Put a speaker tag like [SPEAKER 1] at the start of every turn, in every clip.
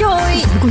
[SPEAKER 1] còn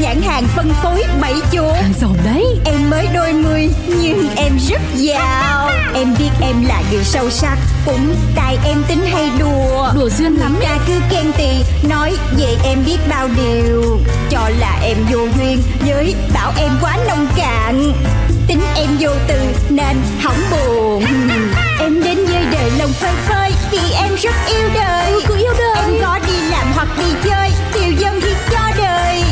[SPEAKER 2] nhãn hàng phân phối bảy chỗ
[SPEAKER 1] Hàng giàu đấy
[SPEAKER 2] Em mới đôi mươi nhưng em rất giàu Em biết em là người sâu sắc Cũng tại em tính hay đùa
[SPEAKER 1] Đùa duyên lắm
[SPEAKER 2] Ra cứ khen tì Nói về em biết bao điều Cho là em vô duyên Với bảo em quá nông cạn Tính em vô từ nên hỏng buồn Em đến với đời lòng phơi phới Vì em rất yêu đời
[SPEAKER 1] cứ Ừ, yêu đời.
[SPEAKER 2] Em có đi làm hoặc đi chơi Điều dân thì cho đời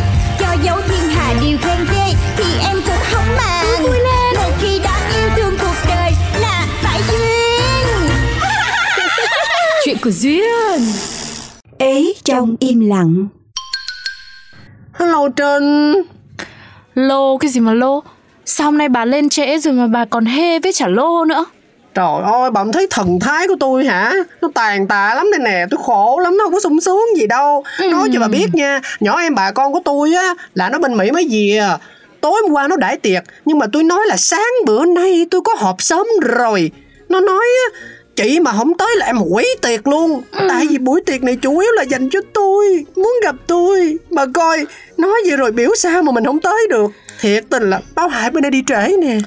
[SPEAKER 2] Cho dấu thiên hà điều khen ghê Thì em cũng không màng
[SPEAKER 1] Ừ, Vui lên.
[SPEAKER 2] Một khi đã yêu thương cuộc đời Là phải duyên
[SPEAKER 1] Chuyện của duyên
[SPEAKER 2] Ý trong im lặng
[SPEAKER 3] Hello Trinh
[SPEAKER 4] Lô cái gì mà lô Sao hôm nay bà lên trễ rồi mà bà còn hê với trả lô nữa
[SPEAKER 3] Trời ơi bà không thấy thần thái của tôi hả Nó tàn tạ lắm đây nè Tôi khổ lắm nó không có sung sướng gì đâu Nói cho bà biết nha Nhỏ em bà con của tôi á Là nó bên Mỹ mới về Tối hôm qua nó đãi tiệc Nhưng mà tôi nói là sáng bữa nay tôi có họp sớm rồi Nó nói á Chị mà không tới là em hủy tiệc luôn Tại vì buổi tiệc này chủ yếu là dành cho tôi Muốn gặp tôi Mà coi Nói vậy rồi biểu sao mà mình không tới được Thiệt tình là báo hại bữa nay đi trễ nè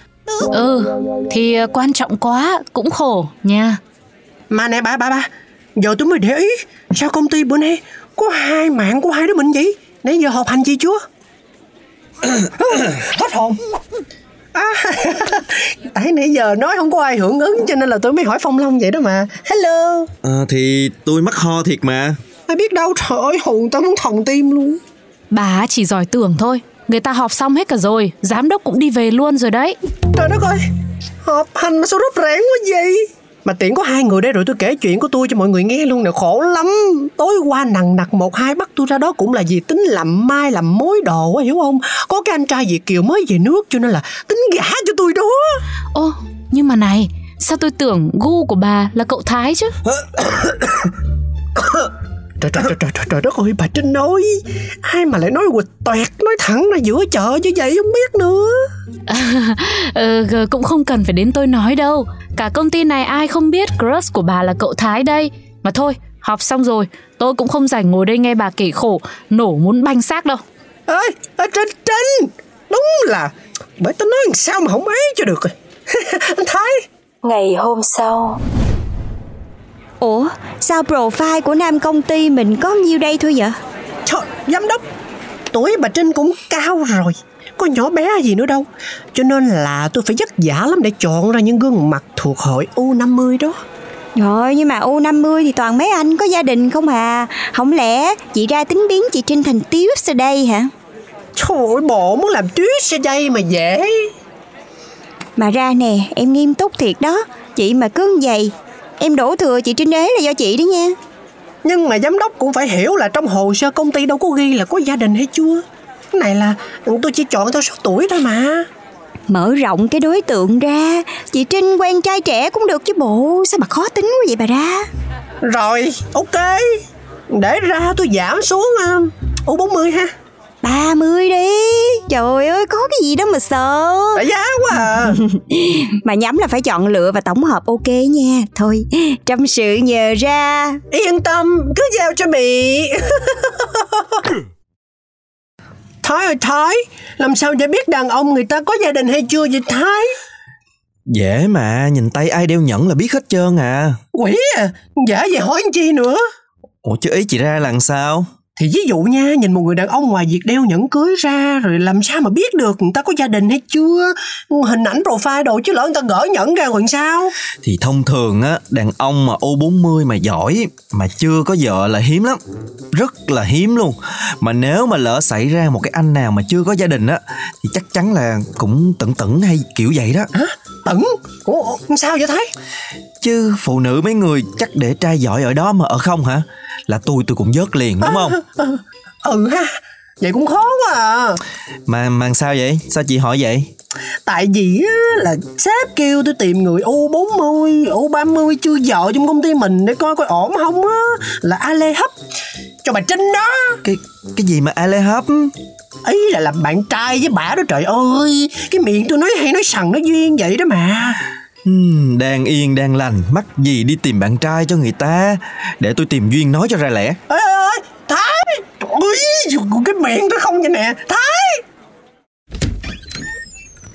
[SPEAKER 4] Ừ Thì ờ, quan trọng quá Cũng khổ nha
[SPEAKER 3] Mà nè bà bà bà Giờ tôi mới để ý Sao công ty bữa nay Có hai mạng của hai đứa mình vậy Nãy giờ họp hành gì chưa Hết hồn à, Tại nãy giờ nói không có ai hưởng ứng Cho nên là tôi mới hỏi Phong Long vậy đó mà Hello
[SPEAKER 5] Ờ, thì tôi mắc ho thiệt mà
[SPEAKER 3] Ai biết đâu trời ơi hồn tao muốn thòng tim luôn
[SPEAKER 4] Bà chỉ giỏi tưởng thôi Người ta họp xong hết cả rồi Giám đốc cũng đi về luôn rồi đấy
[SPEAKER 3] Trời đất ơi Họp hành mà sao rút rẽn quá vậy mà tiện có hai người đây rồi tôi kể chuyện của tôi cho mọi người nghe luôn nè khổ lắm tối qua nằng nặc một hai bắt tôi ra đó cũng là vì tính làm mai làm mối đồ á hiểu không có cái anh trai việt kiều mới về nước cho nên là tính gả cho tôi đó
[SPEAKER 4] Ô nhưng mà này Sao tôi tưởng gu của bà là cậu Thái chứ
[SPEAKER 3] trời trời trời trời trời, trời đất ơi bà trinh ơi ai mà lại nói quịch toẹt nói thẳng ra giữa chợ như vậy không biết nữa
[SPEAKER 4] Ờ g- cũng không cần phải đến tôi nói đâu Cả công ty này ai không biết crush của bà là cậu Thái đây Mà thôi họp xong rồi Tôi cũng không rảnh ngồi đây nghe bà kể khổ Nổ muốn banh xác đâu
[SPEAKER 3] ơi à, trinh trinh đúng là bởi tao nói làm sao mà không ấy cho được rồi anh thái
[SPEAKER 6] Ngày hôm sau,
[SPEAKER 2] Ủa sao profile của nam công ty mình có nhiêu đây thôi vậy
[SPEAKER 3] Trời, giám đốc Tuổi bà Trinh cũng cao rồi Có nhỏ bé gì nữa đâu Cho nên là tôi phải vất vả lắm để chọn ra những gương mặt thuộc hội U50 đó
[SPEAKER 2] Rồi nhưng mà U50 thì toàn mấy anh có gia đình không à Không lẽ chị ra tính biến chị Trinh thành tiếu sau đây hả
[SPEAKER 3] Trời ơi, bộ muốn làm tuyết xe dây mà dễ
[SPEAKER 2] Mà ra nè em nghiêm túc thiệt đó Chị mà cứ như vậy Em đổ thừa chị Trinh Đế là do chị đó nha
[SPEAKER 3] Nhưng mà giám đốc cũng phải hiểu là trong hồ sơ công ty đâu có ghi là có gia đình hay chưa Cái này là tôi chỉ chọn theo số tuổi thôi mà
[SPEAKER 2] Mở rộng cái đối tượng ra Chị Trinh quen trai trẻ cũng được chứ bộ Sao mà khó tính quá vậy bà ra
[SPEAKER 3] Rồi, ok Để ra tôi giảm xuống ờ, U40 ha
[SPEAKER 2] 30 đi Trời ơi có cái gì đâu mà sợ
[SPEAKER 3] Đã giá quá à
[SPEAKER 2] Mà nhắm là phải chọn lựa và tổng hợp ok nha Thôi trăm sự nhờ ra
[SPEAKER 3] Yên tâm, cứ giao cho Mỹ. Thái ơi Thái, làm sao để biết đàn ông người ta có gia đình hay chưa vậy Thái?
[SPEAKER 5] Dễ mà, nhìn tay ai đeo nhẫn là biết hết trơn à
[SPEAKER 3] Quỷ à, giả vậy hỏi anh chi nữa.
[SPEAKER 5] Ủa chứ ý chị ra là sao?
[SPEAKER 3] Thì ví dụ nha, nhìn một người đàn ông ngoài việc đeo nhẫn cưới ra rồi làm sao mà biết được người ta có gia đình hay chưa? Hình ảnh profile đồ chứ lỡ người ta gỡ nhẫn ra còn sao?
[SPEAKER 5] Thì thông thường á, đàn ông mà U40 mà giỏi Mà chưa có vợ là hiếm lắm Rất là hiếm luôn Mà nếu mà lỡ xảy ra một cái anh nào mà chưa có gia đình á Thì chắc chắn là cũng tẩn tẩn hay kiểu vậy đó
[SPEAKER 3] Hả? Tẩn? Ủa, sao vậy Thái?
[SPEAKER 5] Chứ phụ nữ mấy người chắc để trai giỏi ở đó mà ở không hả? Là tôi tôi cũng vớt liền đúng không?
[SPEAKER 3] Ừ ha, vậy cũng khó quá à
[SPEAKER 5] Mà mà sao vậy? Sao chị hỏi vậy?
[SPEAKER 3] Tại vì á, là sếp kêu tôi tìm người U40, U30 chưa vợ trong công ty mình để coi coi ổn không á Là Ale hấp cho bà Trinh đó
[SPEAKER 5] Cái cái gì mà Ale hấp?
[SPEAKER 3] Ý là làm bạn trai với bả đó trời ơi Cái miệng tôi nói hay nói sằng nói duyên vậy đó mà
[SPEAKER 5] Hmm, đang yên đang lành, mắc gì đi tìm bạn trai cho người ta? Để tôi tìm duyên nói cho ra lẽ.
[SPEAKER 3] Ê ê ê Thái Trời ơi cái miệng tôi không vậy nè Thái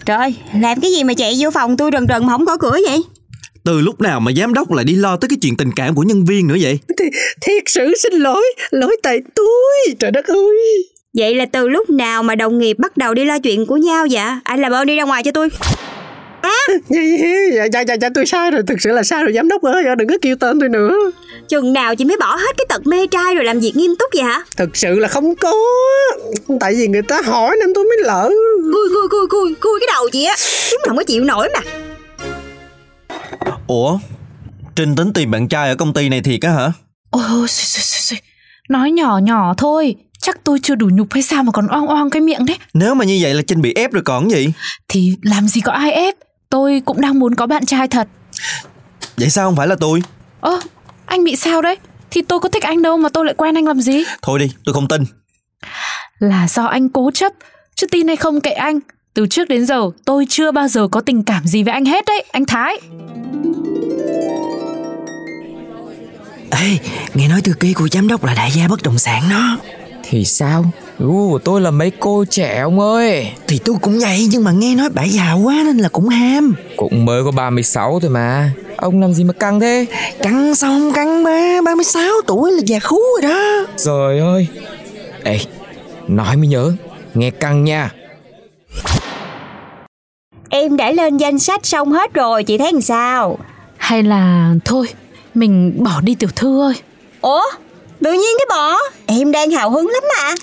[SPEAKER 2] Trời, làm cái gì mà chạy vô phòng tôi rần rần mà không có cửa vậy?
[SPEAKER 5] Từ lúc nào mà giám đốc lại đi lo tới cái chuyện tình cảm của nhân viên nữa vậy?
[SPEAKER 3] Thì, Thiệt sự xin lỗi Lỗi tại tôi Trời đất ơi
[SPEAKER 2] Vậy là từ lúc nào mà đồng nghiệp bắt đầu đi lo chuyện của nhau vậy? Anh làm ơn đi ra ngoài cho tôi.
[SPEAKER 3] Dạ dạ dạ dạ tôi sai rồi Thực sự là sai rồi giám đốc ơi Đừng có kêu tên tôi nữa
[SPEAKER 2] Chừng nào chị mới bỏ hết cái tật mê trai rồi làm việc nghiêm túc vậy hả?
[SPEAKER 3] Thực sự là không có Tại vì người ta hỏi nên tôi mới lỡ
[SPEAKER 2] Cui cui cui cui cui cái đầu chị á. Đúng là không có chịu nổi mà.
[SPEAKER 5] Ủa? Trinh tính tìm bạn trai ở công ty này thiệt á hả?
[SPEAKER 4] Ôi, ôi, xui, xui, xui, xui. Nói nhỏ nhỏ thôi Chắc tôi chưa đủ nhục hay sao mà còn oang oang cái miệng đấy
[SPEAKER 5] Nếu mà như vậy là Trinh bị ép rồi còn gì?
[SPEAKER 4] Thì làm gì có ai ép Tôi cũng đang muốn có bạn trai thật
[SPEAKER 5] Vậy sao không phải là tôi?
[SPEAKER 4] Ơ, anh bị sao đấy Thì tôi có thích anh đâu mà tôi lại quen anh làm gì
[SPEAKER 5] Thôi đi, tôi không tin.
[SPEAKER 4] Là do anh cố chấp Chứ tin hay không kệ anh Từ trước đến giờ tôi chưa bao giờ có tình cảm gì với anh hết đấy Anh Thái
[SPEAKER 7] Ê, nghe nói thư ký của giám đốc là đại gia bất động sản đó
[SPEAKER 8] Thì sao? Ú, tôi là mấy cô trẻ ông ơi
[SPEAKER 7] Thì tôi cũng vậy nhưng mà nghe nói bả già quá nên là cũng ham
[SPEAKER 8] Cũng mới có 36 thôi mà Ông làm gì mà căng thế?
[SPEAKER 7] Căng xong căng ba, 36 tuổi là già khú rồi đó
[SPEAKER 8] Trời ơi Ê, nói mới nhớ Nghe căng nha
[SPEAKER 2] Em đã lên danh sách xong hết rồi, chị thấy làm sao?
[SPEAKER 4] Hay là thôi Mình bỏ đi tiểu thư ơi
[SPEAKER 2] Ủa? Tự nhiên cái bỏ. Em đang hào hứng lắm mà.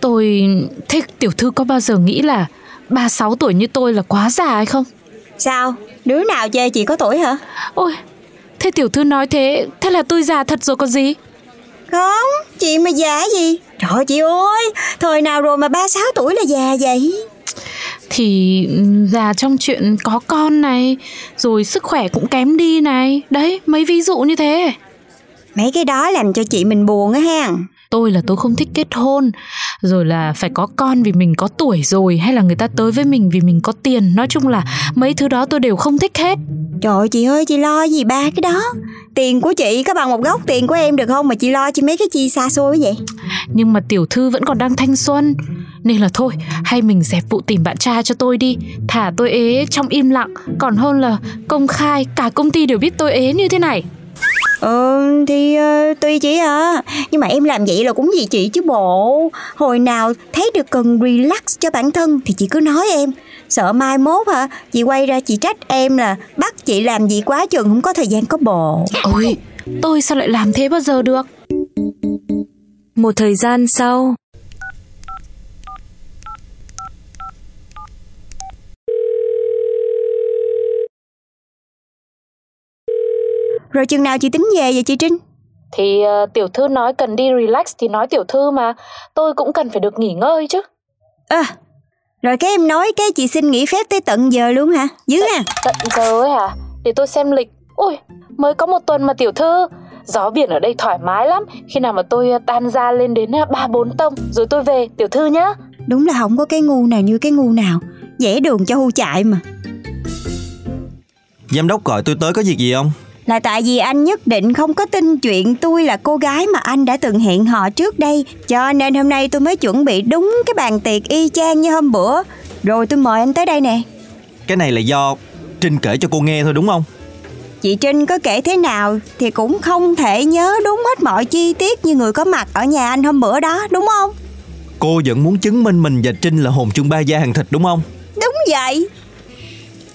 [SPEAKER 4] Tôi thích tiểu thư có bao giờ nghĩ là 36 tuổi như tôi là quá già hay không
[SPEAKER 2] Sao? Đứa nào chê chị có tuổi hả?
[SPEAKER 4] Ôi, thế tiểu thư nói thế, thế là tôi già thật rồi có gì?
[SPEAKER 2] Không, chị mà già gì? Trời ơi, chị ơi, thời nào rồi mà 36 tuổi là già vậy?
[SPEAKER 4] Thì ừm, già trong chuyện có con này, rồi sức khỏe cũng kém đi này. Đấy, mấy ví dụ như thế.
[SPEAKER 2] Mấy cái đó làm cho chị mình buồn á hen.
[SPEAKER 4] Tôi là tôi không thích kết hôn, rồi là phải có con vì mình có tuổi rồi, hay là người ta tới với mình vì mình có tiền. Nói chung là mấy thứ đó tôi đều không thích hết.
[SPEAKER 2] Trời ơi, chị ơi, chị lo gì ba cái đó? Tiền của chị có bằng một góc tiền của em được không mà chị lo cho mấy cái chi xa xôi vậy?
[SPEAKER 4] Nhưng mà tiểu thư vẫn còn đang thanh xuân. Nên là thôi, hay mình dẹp vụ tìm bạn trai cho tôi đi. Thả tôi ế trong im lặng, còn hơn là công khai cả công ty đều biết tôi ế như thế này.
[SPEAKER 2] Ờ, thì ờ, tùy chị à. Nhưng mà em làm vậy là cũng vì chị chứ bộ. Hồi nào thấy được cần relax cho bản thân thì chị cứ nói em. Sợ mai mốt hả? Chị quay ra chị trách em là bắt chị làm gì quá chừng không có thời gian có bộ.
[SPEAKER 4] Ôi, tôi sao lại làm thế bao giờ được?
[SPEAKER 6] Một thời gian sau,
[SPEAKER 2] Rồi chừng nào chị tính về vậy chị Trinh?
[SPEAKER 4] Thì ờ, tiểu thư nói cần đi relax thì nói tiểu thư mà, tôi cũng cần phải được nghỉ ngơi chứ.
[SPEAKER 2] À, rồi cái em nói cái chị xin nghỉ phép tới tận giờ luôn hả? Dữ à?
[SPEAKER 4] Tận giờ ấy hả? Để tôi xem lịch. Ôi, mới có một tuần mà tiểu thư. Gió biển ở đây thoải mái lắm, khi nào mà tôi ờ, tan ra lên đến 3-4 tông rồi tôi về, tiểu thư nhá.
[SPEAKER 2] Đúng là không có cái ngu nào như cái ngu nào. Dễ đường cho hưu chạy mà.
[SPEAKER 5] Giám đốc gọi tôi tới có việc gì không?
[SPEAKER 2] Là tại vì anh nhất định không có tin chuyện tôi là cô gái mà anh đã từng hẹn hò trước đây. Cho nên hôm nay tôi mới chuẩn bị đúng cái bàn tiệc y chang như hôm bữa. Rồi tôi mời anh tới đây nè.
[SPEAKER 5] Cái này là do Trinh kể cho cô nghe thôi đúng không?
[SPEAKER 2] Chị Trinh có kể thế nào thì cũng không thể nhớ đúng hết mọi chi tiết như người có mặt ở nhà anh hôm bữa đó, đúng không?
[SPEAKER 5] Cô vẫn muốn chứng minh mình và Trinh là hồn chung ba gia hàng thịt đúng không?
[SPEAKER 2] Đúng vậy.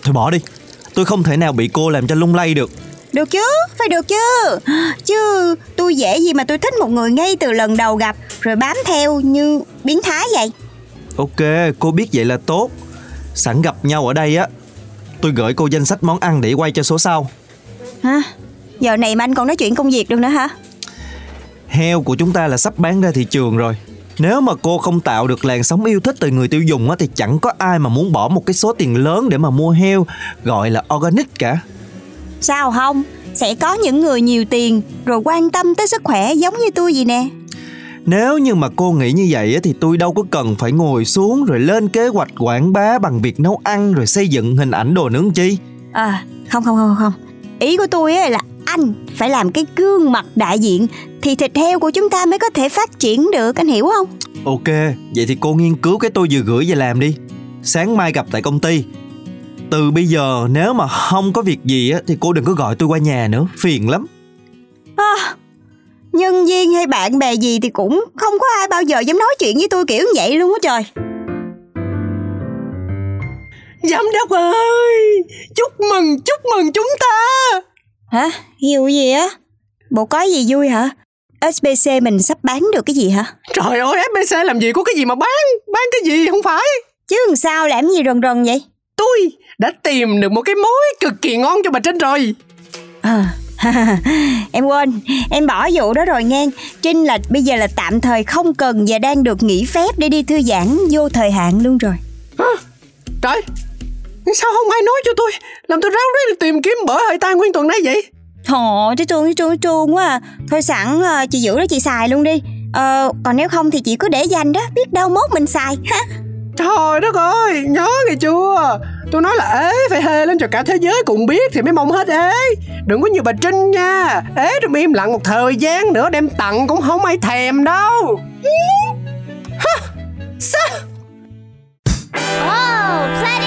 [SPEAKER 5] Thôi bỏ đi Tôi không thể nào bị cô làm cho lung lay được
[SPEAKER 2] Được chứ, phải được chứ Chứ tôi dễ gì mà tôi thích một người ngay từ lần đầu gặp Rồi bám theo như biến thái vậy
[SPEAKER 5] Ok cô biết vậy là tốt Sẵn gặp nhau ở đây á Tôi gửi cô danh sách món ăn để quay cho số sau
[SPEAKER 2] Hả? Giờ này mà anh còn nói chuyện công việc được nữa hả?
[SPEAKER 5] Heo của chúng ta là sắp bán ra thị trường rồi Nếu mà cô không tạo được làn sóng yêu thích từ người tiêu dùng á, thì chẳng có ai mà muốn bỏ một cái số tiền lớn để mà mua heo gọi là organic cả.
[SPEAKER 2] Sao không? Sẽ có những người nhiều tiền rồi quan tâm tới sức khỏe giống như tôi vậy nè.
[SPEAKER 5] Nếu như mà cô nghĩ như vậy á, thì tôi đâu có cần phải ngồi xuống rồi lên kế hoạch quảng bá bằng việc nấu ăn rồi xây dựng hình ảnh đồ nướng chi.
[SPEAKER 2] À, không không không không. Ý của tôi á là anh phải làm cái gương mặt đại diện thì thịt heo của chúng ta mới có thể phát triển được, anh hiểu không?
[SPEAKER 5] Ok, vậy thì cô nghiên cứu cái tôi vừa gửi về làm đi. Sáng mai gặp tại công ty. Từ bây giờ nếu mà không có việc gì á, thì cô đừng có gọi tôi qua nhà nữa, phiền lắm.
[SPEAKER 2] Nhân viên hay bạn bè gì thì cũng không có ai bao giờ dám nói chuyện với tôi kiểu như vậy luôn á trời.
[SPEAKER 3] Giám đốc ơi Chúc mừng chúc mừng chúng ta
[SPEAKER 2] Hả? Hiểu gì á? Bộ có gì vui hả? SBC mình sắp bán được cái gì hả?
[SPEAKER 3] Trời ơi FBC làm gì có cái gì mà bán Bán cái gì không phải
[SPEAKER 2] Chứ làm sao làm gì rần rần vậy?
[SPEAKER 3] Tôi đã tìm được một cái mối cực kỳ ngon cho bà Trinh rồi
[SPEAKER 2] Ờ. em quên, em bỏ vụ đó rồi nghe. Trinh là bây giờ là tạm thời không cần và đang được nghỉ phép để đi thư giãn vô thời hạn luôn rồi.
[SPEAKER 3] Trời Sao không ai nói cho tôi Làm tôi ráo riết tìm kiếm bở hơi tai nguyên tuần nay vậy
[SPEAKER 2] Thọ, chứ chuông, chứ chuông, chứ chuông quá à. Thôi sẵn ờ, chị giữ đó chị xài luôn đi. Ờ, còn nếu không thì chị cứ để dành đó, biết đâu mốt mình xài.
[SPEAKER 3] Trời đất ơi Nhớ nghe chưa Tôi nói là ế phải hê lên cho cả thế giới cùng biết Thì mới mong hết ế Đừng có như bà Trinh nha Ế rồi mà im lặng một thời gian nữa Đem tặng cũng không ai thèm đâu Hả? Sao
[SPEAKER 9] Oh, Freddy!